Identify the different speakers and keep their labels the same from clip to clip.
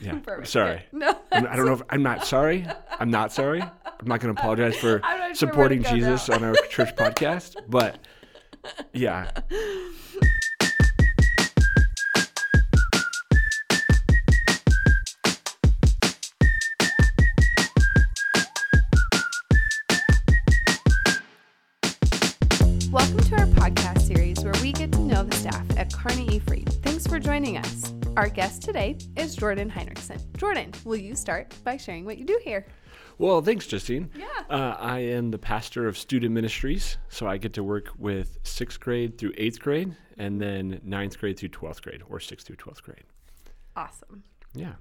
Speaker 1: Yeah.
Speaker 2: Perfect.
Speaker 1: Sorry.
Speaker 2: No.
Speaker 1: I'm- I don't know if I'm not sorry. I'm not sorry. I'm not going to apologize for
Speaker 2: I'm not sure where to
Speaker 1: supporting
Speaker 2: go
Speaker 1: Jesus
Speaker 2: now.
Speaker 1: on our church podcast, but yeah.
Speaker 2: Welcome to our podcast series where we get to know the staff at Carney Ephraim. Thanks for joining us. Our guest today is Jordan Heinrichsen. Jordan, will you start by sharing what you do here?
Speaker 1: Well, thanks, Justine.
Speaker 2: Yeah.
Speaker 1: Uh, I am the pastor of student ministries, so I get to work with sixth grade through eighth grade, and then ninth grade through 12th grade, or sixth through 12th grade.
Speaker 2: Awesome.
Speaker 1: Yeah.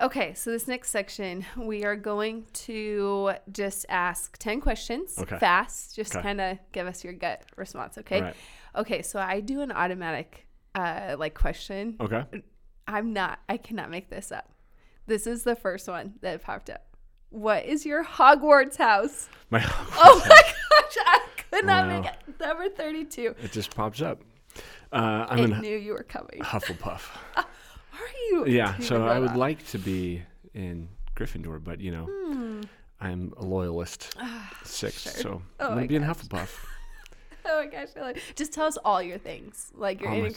Speaker 2: Okay, so this next section, we are going to just ask 10 questions
Speaker 1: Okay.
Speaker 2: fast. Just
Speaker 1: Okay.
Speaker 2: kind of give us your gut response, okay?
Speaker 1: All right.
Speaker 2: Okay, so I do an automatic uh, like question.
Speaker 1: Okay.
Speaker 2: I'm not, I cannot make this up. This is the first one that popped up. What is your Hogwarts house?
Speaker 1: My
Speaker 2: Oh my gosh, I could not
Speaker 1: Wow.
Speaker 2: make it. Number 32.
Speaker 1: it just pops up. Uh, I'm
Speaker 2: I
Speaker 1: in
Speaker 2: knew you were coming.
Speaker 1: Hufflepuff.
Speaker 2: Are you?
Speaker 1: Yeah,
Speaker 2: Do you
Speaker 1: so
Speaker 2: know
Speaker 1: I would
Speaker 2: that?
Speaker 1: like to be in Gryffindor, but you know, I'm a loyalist sixth,
Speaker 2: Hmm. Ah, sure.
Speaker 1: so
Speaker 2: Oh
Speaker 1: I'm
Speaker 2: my
Speaker 1: gonna be in Hufflepuff.
Speaker 2: Oh my gosh, I love Just tell us all your things. Like your
Speaker 1: All my things.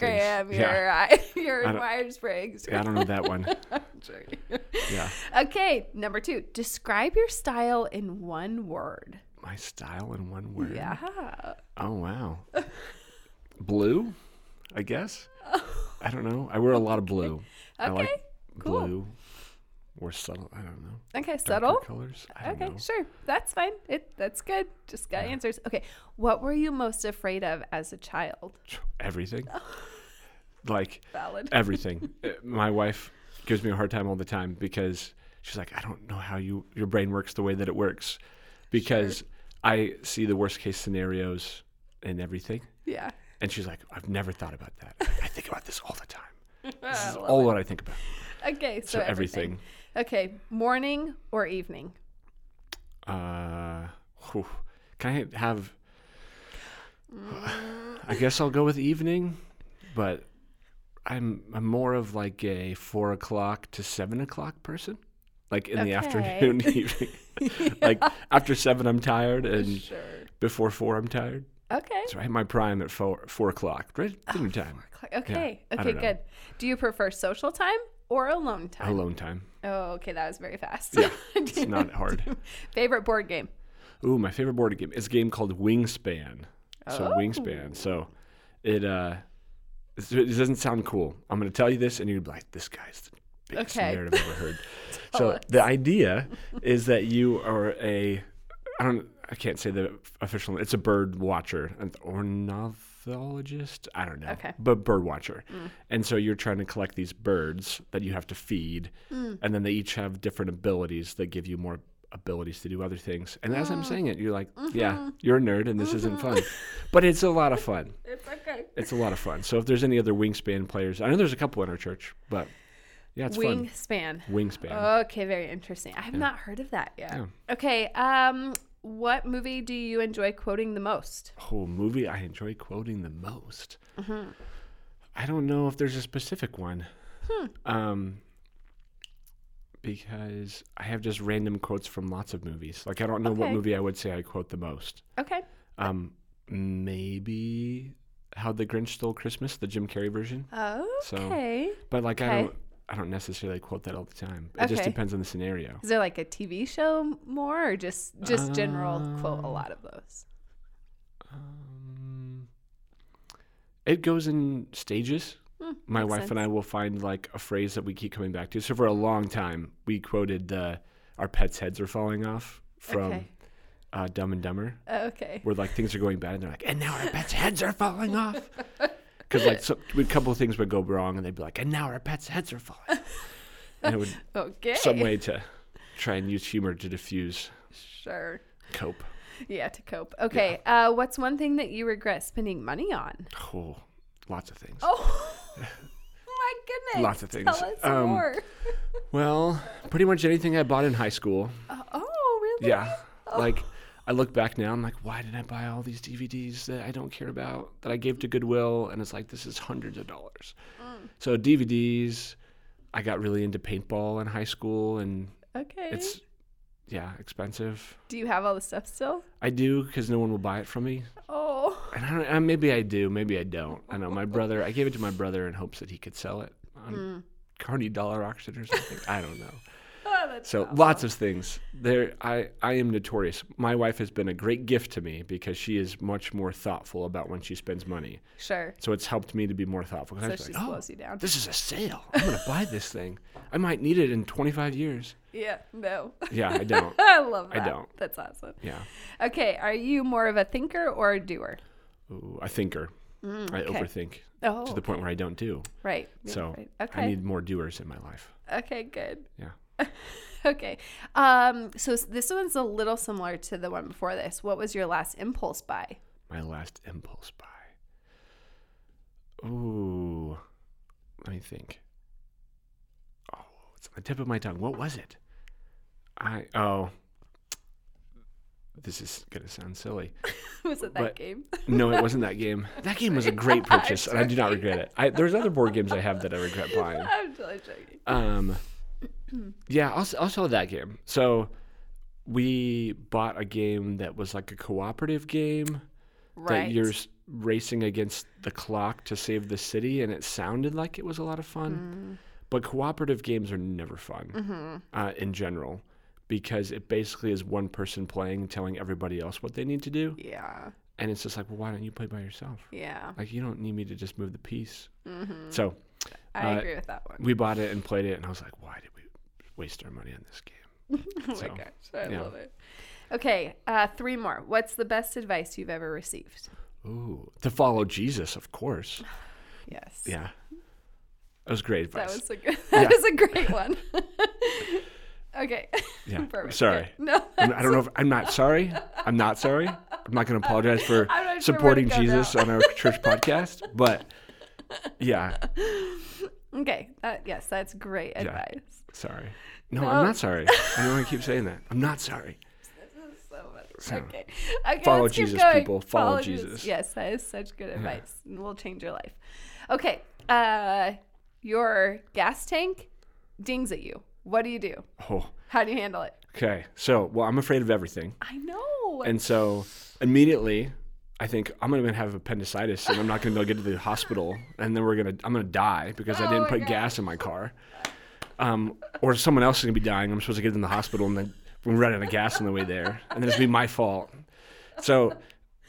Speaker 2: Enneagram, your,
Speaker 1: Yeah.
Speaker 2: I your
Speaker 1: I don't-
Speaker 2: Myers-Briggs.
Speaker 1: Yeah, I don't know that one. Yeah,
Speaker 2: okay, number two. Describe your style in one word.
Speaker 1: my style in one word.
Speaker 2: Yeah.
Speaker 1: Oh wow. Blue, I guess. I don't know. I wear a lot of blue. I like
Speaker 2: Oh. Okay, cool.
Speaker 1: blue or subtle. I don't know.
Speaker 2: Okay,
Speaker 1: darker
Speaker 2: subtle.
Speaker 1: colors. I don't
Speaker 2: Okay,
Speaker 1: know.
Speaker 2: sure. That's fine. It that's good. Just got answers. Okay. What were you most afraid of as a child?
Speaker 1: Everything. like
Speaker 2: Valid.
Speaker 1: everything. Uh, My wife gives me a hard time all the time because she's like, I don't know how you your brain works the way that it works, because I see the worst case scenarios in everything,
Speaker 2: Yeah.
Speaker 1: and she's like, I've never thought about that. I'm like, I think about this all the time. This is
Speaker 2: Oh, I love
Speaker 1: all what I think about.
Speaker 2: it. Okay, so,
Speaker 1: So everything.
Speaker 2: Okay, morning or evening?
Speaker 1: Uh, whew. Can I have? I guess I'll go with evening, but I'm I'm more of like a four o'clock to seven o'clock person, like in the afternoon, evening. Like after seven, I'm tired, and
Speaker 2: Sure.
Speaker 1: before four, I'm tired.
Speaker 2: Okay.
Speaker 1: So I hit my prime at four four o'clock, right at dinner time,
Speaker 2: Cl- Okay.
Speaker 1: I
Speaker 2: Okay,
Speaker 1: don't know.
Speaker 2: good. Do you prefer social time or alone time?
Speaker 1: alone time.
Speaker 2: Oh, okay, that was very fast.
Speaker 1: It's not hard.
Speaker 2: Favorite board game?
Speaker 1: Ooh, my favorite board game is a game called Wingspan. So Wingspan. So it uh it's- it doesn't sound cool. I'm going to tell you this, and you're gonna be like, "This guy's the biggest
Speaker 2: Okay.
Speaker 1: nerd I've ever heard."
Speaker 2: Tell
Speaker 1: so
Speaker 2: us.
Speaker 1: the idea is that you are a I don't I can't say the official. name. It's a bird watcher, an ornithologist. I don't know,
Speaker 2: Okay.
Speaker 1: but bird watcher. And so you're trying to collect these birds that you have to feed, and then they each have different abilities that give you more abilities to do other things. And as I'm saying it, you're like, yeah, you're a nerd, and this isn't fun, but it's a lot of fun.
Speaker 2: It's okay.
Speaker 1: It's a lot of fun. So if there's any other wingspan players, I know there's a couple in our church, but yeah, it's fun.
Speaker 2: Wingspan.
Speaker 1: Wingspan.
Speaker 2: Okay, very interesting. I have not heard of that yet.
Speaker 1: Yeah.
Speaker 2: Okay, um, what movie do you enjoy quoting the most?
Speaker 1: whole Oh, movie I enjoy quoting the most. I don't know if there's a specific one.
Speaker 2: Hmm.
Speaker 1: Um, because I have just random quotes from lots of movies. Like I don't know what
Speaker 2: Okay.
Speaker 1: movie I would say I quote the most.
Speaker 2: Okay.
Speaker 1: Um, maybe How the Grinch Stole Christmas, the Jim Carrey version.
Speaker 2: Okay.
Speaker 1: But like I
Speaker 2: Okay.
Speaker 1: don't I don't necessarily quote that all the time. It just
Speaker 2: Okay.
Speaker 1: depends on the scenario.
Speaker 2: Is there like a TV show more or just just general quote a
Speaker 1: Um,
Speaker 2: lot of those?
Speaker 1: Um, it goes in stages. My
Speaker 2: Hmm, makes
Speaker 1: wife
Speaker 2: sense.
Speaker 1: and I will find like a phrase that we keep coming back to. So for a long time, we quoted the "our pets' heads are falling off" from
Speaker 2: Okay.
Speaker 1: uh, Dumb and Dumber,
Speaker 2: Okay.
Speaker 1: where like things are going bad and they're like, "And now our pets' heads are falling off," because like so, a couple of things would go wrong and they'd be like, "And now our pets' heads are falling," off." and it would
Speaker 2: Okay.
Speaker 1: some way to try and use humor to diffuse
Speaker 2: Sure.
Speaker 1: cope.
Speaker 2: Yeah, to cope. Okay. Uh, what's one thing that you regret spending money on?
Speaker 1: Oh, lots of things.
Speaker 2: Oh, my goodness.
Speaker 1: Lots of things.
Speaker 2: Tell us
Speaker 1: Um,
Speaker 2: more.
Speaker 1: Well, pretty much anything I bought in high school.
Speaker 2: oh, really?
Speaker 1: Yeah. Like I look back now, I'm like, why did I buy all these DVDs that I don't care about that I gave to Goodwill? And it's like this is hundreds of dollars. So DVDs, I got really into paintball in high school, and
Speaker 2: Okay.
Speaker 1: it's yeah expensive.
Speaker 2: Do you have all the stuff still?
Speaker 1: I do because no one will buy it from me,
Speaker 2: Oh.
Speaker 1: and I don't, uh, maybe I do, maybe I don't. I know my brother. I gave it to my brother in hopes that he could sell it on Carney Dollar Auction or something. I don't know.
Speaker 2: Oh, that's
Speaker 1: So lots of things. There, I I am notorious. My wife has been a great gift to me because she is much more thoughtful about when she spends money.
Speaker 2: sure.
Speaker 1: So it's helped me to be more thoughtful. 'Cause I
Speaker 2: So
Speaker 1: was
Speaker 2: she
Speaker 1: like, "Oh,
Speaker 2: slows you down.
Speaker 1: this is a sale. I'm gonna buy this thing. I might need it in 25 years.
Speaker 2: Yeah. No.
Speaker 1: Yeah, I don't.
Speaker 2: I love
Speaker 1: I
Speaker 2: that.
Speaker 1: don't.
Speaker 2: That's awesome.
Speaker 1: Yeah,
Speaker 2: Okay. Are you more of a thinker or a doer?
Speaker 1: Ooh, I thinker. I
Speaker 2: Mm, okay.
Speaker 1: overthink
Speaker 2: Oh.
Speaker 1: to the point where I don't do.
Speaker 2: right. Yeah,
Speaker 1: so
Speaker 2: right.
Speaker 1: I
Speaker 2: Okay.
Speaker 1: need more doers in my life.
Speaker 2: okay. Good.
Speaker 1: Yeah.
Speaker 2: Okay. Um, so s- this one's a little similar to the one before this. What was your last impulse buy?
Speaker 1: My last impulse buy. Ooh, let me think. Oh, it's on the tip of my tongue. What was it? I oh. This is gonna sound silly.
Speaker 2: was it that
Speaker 1: But-
Speaker 2: game?
Speaker 1: No, it wasn't that game. That game was a great purchase, and I do not regret it. I, there's other board games I have that I regret buying.
Speaker 2: I'm totally joking.
Speaker 1: Um, yeah, I'll, s- I'll sell that game. So we bought a game that was like a cooperative game
Speaker 2: Right.
Speaker 1: that you're s- racing against the clock to save the city, and it sounded like it was a lot of fun.
Speaker 2: Mm.
Speaker 1: But cooperative games are never fun
Speaker 2: Mm-hmm.
Speaker 1: uh, in general because it basically is one person playing, telling everybody else what they need to do.
Speaker 2: yeah.
Speaker 1: And it's just like, well, why don't you play by yourself?
Speaker 2: Yeah.
Speaker 1: Like, you don't need me to just move the piece.
Speaker 2: Mm-hmm.
Speaker 1: So
Speaker 2: I
Speaker 1: uh,
Speaker 2: agree with that one.
Speaker 1: we bought it and played it, and I was like, why did we waste our money on this game?
Speaker 2: oh my
Speaker 1: so,
Speaker 2: gosh. I
Speaker 1: yeah.
Speaker 2: love it. Okay. Uh, three more. What's the best advice you've ever received?
Speaker 1: Ooh, to follow Jesus, of course.
Speaker 2: Yes.
Speaker 1: Yeah. That was great
Speaker 2: That
Speaker 1: advice.
Speaker 2: was a good. That
Speaker 1: Yeah.
Speaker 2: was a great one. okay.
Speaker 1: Yeah, I'm
Speaker 2: Perfect.
Speaker 1: sorry.
Speaker 2: No.
Speaker 1: I'm- I don't know if I'm not sorry. I'm not sorry. I'm not going to apologize for
Speaker 2: I'm not sure where to
Speaker 1: supporting
Speaker 2: go
Speaker 1: Jesus
Speaker 2: now.
Speaker 1: on our church podcast, but yeah,
Speaker 2: Okay. That, yes, that's great advice.
Speaker 1: sorry. No, I'm not sorry. I don't want to keep saying that. I'm not sorry.
Speaker 2: so much.
Speaker 1: So,
Speaker 2: okay. okay.
Speaker 1: follow
Speaker 2: let's keep
Speaker 1: Jesus,
Speaker 2: going.
Speaker 1: people. Follow Jesus.
Speaker 2: Yes, that is such good advice. It will change your life. Okay. Uh, your gas tank dings at you. What do you do?
Speaker 1: Oh,
Speaker 2: How do you handle it?
Speaker 1: okay. So, well, I'm afraid of everything.
Speaker 2: I know.
Speaker 1: And so immediately, I think I'm gonna have appendicitis and I'm not gonna be able to get to the hospital, and then we're gonna I'm gonna die because I
Speaker 2: Oh
Speaker 1: didn't
Speaker 2: my
Speaker 1: put
Speaker 2: God.
Speaker 1: gas in my car, um, or someone else is gonna be dying. I'm supposed to get in the hospital, and then we run out of gas on the way there, and then it's gonna be my fault. So,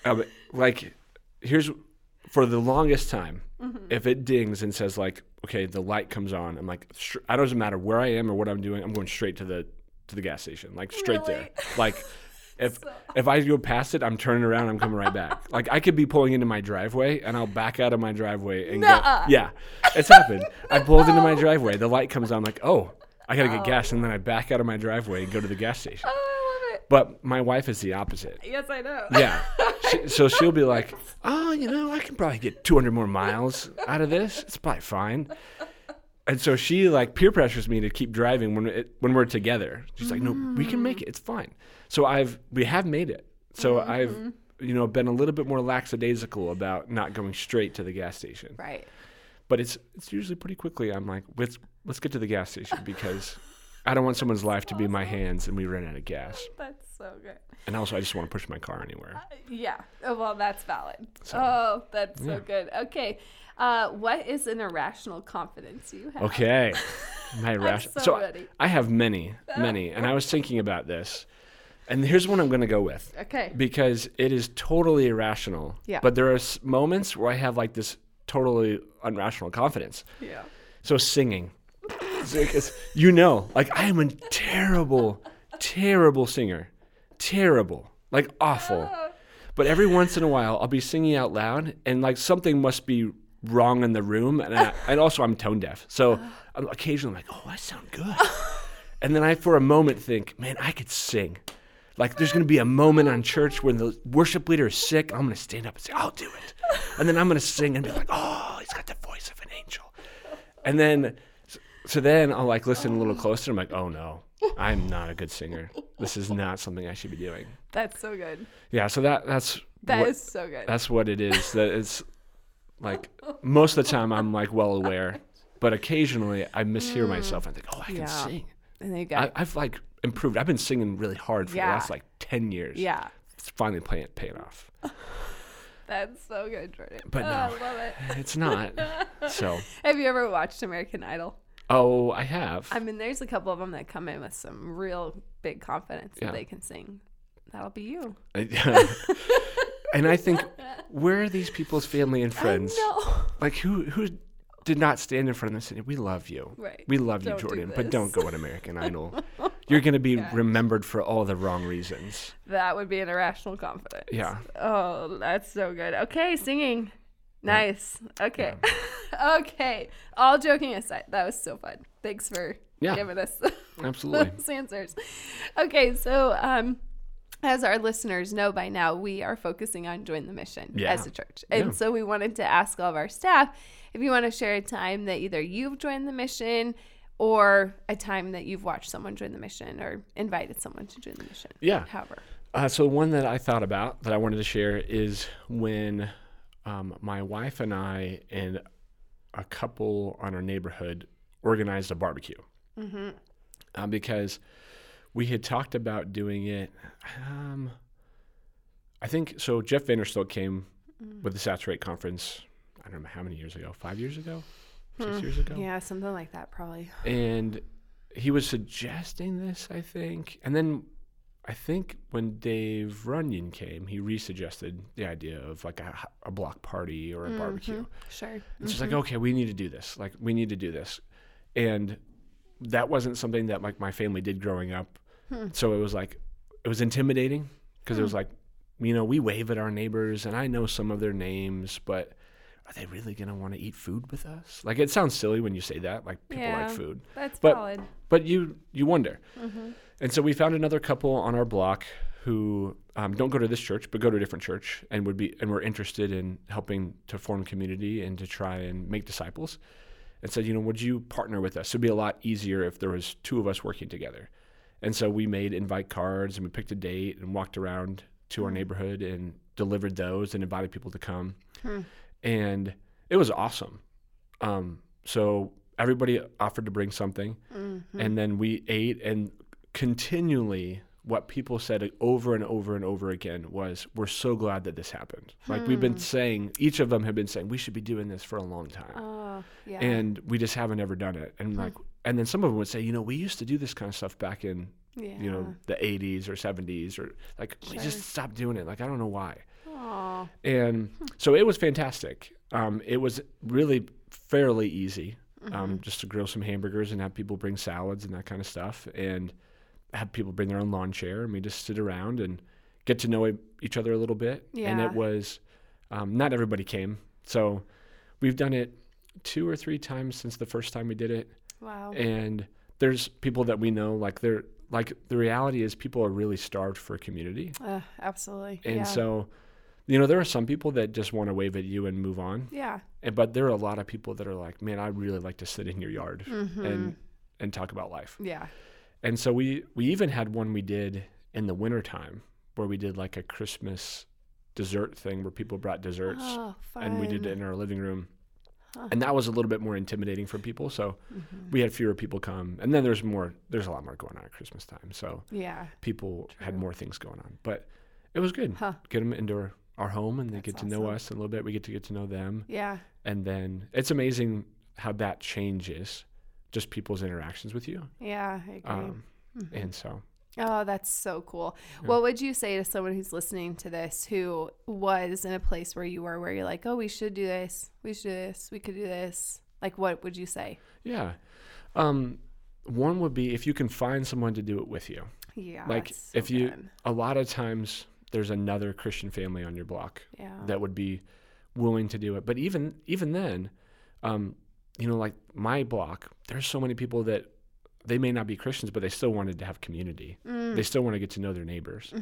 Speaker 1: um, like, here's for the longest time,
Speaker 2: Mm-hmm.
Speaker 1: if it dings and says like, okay, the light comes on, I'm like, str- I doesn't matter where I am or what I'm doing, I'm going straight to the to the gas station, like straight
Speaker 2: Really?
Speaker 1: there, like. If if I go past it, I'm turning around. I'm coming right back. Like I could be pulling into my driveway, and I'll back out of my driveway and
Speaker 2: Nuh-uh.
Speaker 1: go. Yeah, it's happened. I pulled into my driveway. The light comes on. I'm like, oh, I gotta get gas, and then I back out of my driveway and go to the gas station.
Speaker 2: oh, I love it.
Speaker 1: But my wife is the opposite.
Speaker 2: Yes, I know.
Speaker 1: Yeah. She, so she'll be like, oh, you know, I can probably get 200 more miles out of this. It's probably fine. And so she like peer pressures me to keep driving when it, when we're together. She's like, no, we can make it. It's fine. So I've we have made it. So I've you know been a little bit more lackadaisical about not going straight to the gas station.
Speaker 2: Right.
Speaker 1: But it's it's usually pretty quickly. I'm like, let's let's get to the gas station because I don't want someone's life to be in my hands and we run out of gas.
Speaker 2: That's so good.
Speaker 1: And also, I just want to push my car anywhere.
Speaker 2: Yeah. Oh, well, that's valid. oh, that's so good. Okay. Uh, what is an irrational confidence you have?
Speaker 1: Okay. My ration.
Speaker 2: so
Speaker 1: I-
Speaker 2: ready.
Speaker 1: I have many, many, and I was thinking about this, and here's one I'm going to go with
Speaker 2: Okay.
Speaker 1: because it is totally irrational.
Speaker 2: Yeah.
Speaker 1: But there are s- moments where I have like this totally irrational confidence.
Speaker 2: yeah.
Speaker 1: So singing, because you know, like I am a terrible, terrible singer, terrible, like awful. But every once in a while, I'll be singing out loud, and like something must be wrong in the room, and I, and also I'm tone deaf, so I'm occasionally like, oh, I sound good, and then I for a moment think, man, I could sing. Like there's gonna be a moment on church when the worship leader is sick, I'm gonna stand up and say, I'll do it, and then I'm gonna sing and be like, oh, he's got the voice of an angel, and then. so- So then I'll like listen a little closer. I'm like, oh no, I'm not a good singer. This is not something I should be doing.
Speaker 2: That's so good.
Speaker 1: Yeah, so that that's
Speaker 2: That is
Speaker 1: what,
Speaker 2: so good.
Speaker 1: that's what it is. That it's like most of the time I'm like well aware But occasionally I mishear myself and think, oh, I can
Speaker 2: Mm. Yeah.
Speaker 1: sing.
Speaker 2: And they got
Speaker 1: I, I've like improved. I've been singing really hard for
Speaker 2: Yeah.
Speaker 1: the last like 10 years.
Speaker 2: yeah.
Speaker 1: It's finally paying, paying off.
Speaker 2: That's so good, Jordan.
Speaker 1: But
Speaker 2: Oh,
Speaker 1: no.
Speaker 2: I love it.
Speaker 1: It's not. so,
Speaker 2: Have you ever watched American Idol?
Speaker 1: oh, I have.
Speaker 2: I mean, there's a couple of them that come in with some real big confidence
Speaker 1: Yeah.
Speaker 2: that they can sing. That'll be you.
Speaker 1: and I think, where are these people's family and friends?
Speaker 2: No.
Speaker 1: Like, who, who did not stand in front of them and say, we love you?
Speaker 2: Right.
Speaker 1: We love you,
Speaker 2: Don't do
Speaker 1: Jordan, but
Speaker 2: this."
Speaker 1: don't go on American Idol. You're going to be remembered for all the wrong reasons.
Speaker 2: That would be an irrational confidence.
Speaker 1: Yeah.
Speaker 2: Oh, that's so good. Okay, singing. Nice. Okay. okay. All joking aside, that was so fun. Thanks for
Speaker 1: Yeah.
Speaker 2: giving us
Speaker 1: Absolutely.
Speaker 2: those answers. Okay, so um as our listeners know by now, we are focusing on join the mission
Speaker 1: Yeah.
Speaker 2: as a church. And
Speaker 1: Yeah.
Speaker 2: so we wanted to ask all of our staff if you want to share a time that either you've joined the mission or a time that you've watched someone join the mission or invited someone to join the mission.
Speaker 1: Yeah.
Speaker 2: However.
Speaker 1: Uh, so one that I thought about that I wanted to share is when um, my wife and I and a couple on our neighborhood organized a barbecue uh, because we had talked about doing it. Um, I think so. Jeff Vandersteel came with the Saturate conference. I don't remember how many years ago. Five years ago, six years ago
Speaker 2: Yeah, something like that probably.
Speaker 1: and he was suggesting this, I think. And then I think when Dave Runyon came, he resuggested the idea of like a, a block party or a barbecue.
Speaker 2: Sure.
Speaker 1: It's just like, okay, we need to do this. Like, we need to do this. And that wasn't something that like my family did growing up. So it was like, it was intimidating because it was like, you know, we wave at our neighbors and I know some of their names, but are they really going to want to eat food with us? Like, it sounds silly when you say that. Like, people
Speaker 2: Yeah.
Speaker 1: like food
Speaker 2: That's
Speaker 1: But-
Speaker 2: valid.
Speaker 1: but you you wonder. And so we found another couple on our block who um, don't go to this church, but go to a different church, and would be and were interested in helping to form community and to try and make disciples. And said, you know, would you partner with us? It'd be a lot easier if there was two of us working together. And so we made invite cards and we picked a date and walked around to our neighborhood and delivered those and invited people to come. And it was awesome. Um, so everybody offered to bring something,
Speaker 2: Mm-hmm.
Speaker 1: and then we ate. And continually, what people said over and over and over again was, "We're so glad that this happened." Like we've
Speaker 2: Hmm.
Speaker 1: been saying, each of them had been saying, "We should be doing this for a long time,"
Speaker 2: Oh, yeah. Mm-hmm.
Speaker 1: and we just haven't ever done it. And like, and then some of them would say, "You know, we used to do this kind of stuff back in."
Speaker 2: yeah.
Speaker 1: You know, the 80s or 70s, or like, we just stopped doing it. Like, I don't know why.
Speaker 2: Aw.
Speaker 1: And so it was fantastic. Um, it was really fairly easy um, just to grill some hamburgers and have people bring salads and that kind of stuff and have people bring their own lawn chair and we just sit around and get to know e- each other a little bit. And
Speaker 2: Yeah.
Speaker 1: it was, um, not everybody came. So we've done it two or three times since the first time we did it
Speaker 2: Wow.
Speaker 1: and there's people that we know like they're like the reality is people are really starved for community
Speaker 2: Uh, absolutely.
Speaker 1: and
Speaker 2: yeah.
Speaker 1: so, you know, there are some people that just want to wave at you and move on.
Speaker 2: yeah.
Speaker 1: And, but there are a lot of people that are like, man, I really like to sit in your yard
Speaker 2: Mm-hmm.
Speaker 1: and and talk about life.
Speaker 2: Yeah.
Speaker 1: And so we we even had one we did in the wintertime where we did like a Christmas dessert thing where people brought desserts
Speaker 2: Oh, fun.
Speaker 1: and we did it in our living room. And that was a little bit more intimidating for people, so
Speaker 2: Mm-hmm.
Speaker 1: we had fewer people come. And then there's more there's a lot more going on at Christmas time. So
Speaker 2: Yeah.
Speaker 1: people had more things going on. But it was good.
Speaker 2: Huh.
Speaker 1: Get them into our, our home and they get
Speaker 2: That's
Speaker 1: to know
Speaker 2: awesome.
Speaker 1: us in a little bit. We get to get to know them.
Speaker 2: Yeah.
Speaker 1: And then it's amazing how that changes just people's interactions with you.
Speaker 2: Yeah. I agree.
Speaker 1: Um,
Speaker 2: Mm-hmm.
Speaker 1: And so,
Speaker 2: oh, that's so cool. What would you say to someone who's listening to this who was in a place where you were, where you're like, oh, we should do this. We should do this. We could do this. Like, what would you say?
Speaker 1: yeah. Um, one would be if you can find someone to do it with you.
Speaker 2: Yeah.
Speaker 1: like
Speaker 2: that's so
Speaker 1: if you,
Speaker 2: good.
Speaker 1: a lot of times there's another Christian family on your block
Speaker 2: Yeah.
Speaker 1: that would be willing to do it. But even even then, um, you know, like my block, there's so many people that they may not be Christians, but they still wanted to have community.
Speaker 2: Mm-hmm. Hmm.
Speaker 1: They still want to get to know their neighbors.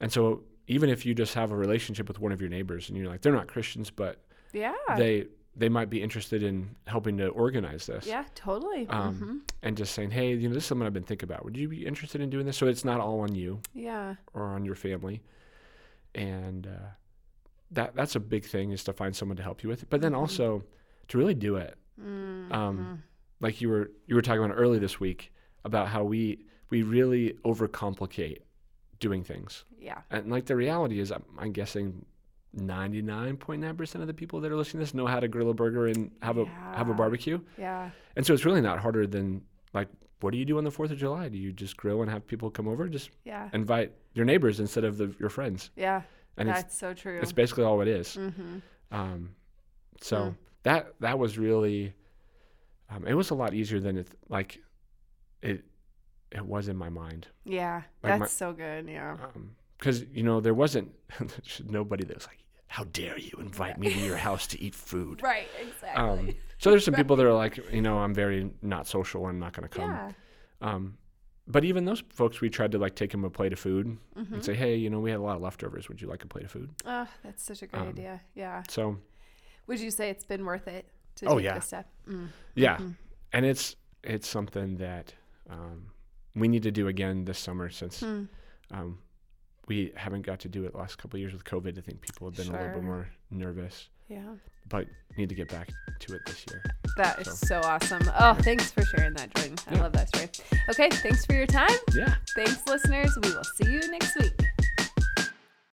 Speaker 1: And so even if you just have a relationship with one of your neighbors and you're like, they're not Christians, but
Speaker 2: yeah.
Speaker 1: they they might be interested in helping to organize this.
Speaker 2: yeah. Totally. Mm-hmm.
Speaker 1: Um, And just saying, hey, you know, this is something I've been thinking about. Would you be interested in doing this? So it's not all on you
Speaker 2: yeah.
Speaker 1: or on your family. And uh, that that's a big thing is to find someone to help you with it. But then also to really do it.
Speaker 2: Mm,
Speaker 1: Um, like you were you were talking about early this week about how we we really overcomplicate doing things,
Speaker 2: mm. Yeah.
Speaker 1: and like the reality is, I'm, I'm guessing. 99.9% of the people that are listening to this know how to grill a burger and have a have a
Speaker 2: Yeah.
Speaker 1: barbecue.
Speaker 2: Yeah.
Speaker 1: And so it's really not harder than like what do you do on the 4th of July? Do you just grill and have people come over? Just
Speaker 2: Yeah.
Speaker 1: invite your neighbors instead of the, your friends.
Speaker 2: Yeah.
Speaker 1: And it's,
Speaker 2: That's so true.
Speaker 1: it's basically all it is.
Speaker 2: mm-hmm.
Speaker 1: Um, so that that was really, um, it was a lot easier than it like it it was in my mind
Speaker 2: Yeah.
Speaker 1: Like my-
Speaker 2: That's so good. Yeah.
Speaker 1: because you know there wasn't there's nobody that was like, how dare you invite me to your house to eat food.
Speaker 2: Right. Exactly.
Speaker 1: Um, so there's some people that are like, you know, I'm very not social. I'm not going to come.
Speaker 2: yeah.
Speaker 1: Um, but even those folks, we tried to like take them a plate of food
Speaker 2: Mm-hmm.
Speaker 1: and say, hey, you know, we had a lot of leftovers. Would you like a plate of food?
Speaker 2: Oh, that's such a great
Speaker 1: um,
Speaker 2: idea. Yeah.
Speaker 1: So
Speaker 2: Would you say it's been worth it to
Speaker 1: Oh,
Speaker 2: take
Speaker 1: yeah.
Speaker 2: this step? Mm.
Speaker 1: yeah,
Speaker 2: Mhm.
Speaker 1: and it's it's something that um, we need to do again this summer since
Speaker 2: Hmm.
Speaker 1: um, we haven't got to do it the last couple of years with COVID. I think people have been a little
Speaker 2: Sure.
Speaker 1: bit more nervous,
Speaker 2: Yeah.
Speaker 1: but need to get back to it this year.
Speaker 2: That is so awesome. Oh, thanks for sharing that, Jordan. I
Speaker 1: Yeah.
Speaker 2: love that story. Okay. Thanks for your time.
Speaker 1: Yeah.
Speaker 2: Thanks, listeners. We will see you next week.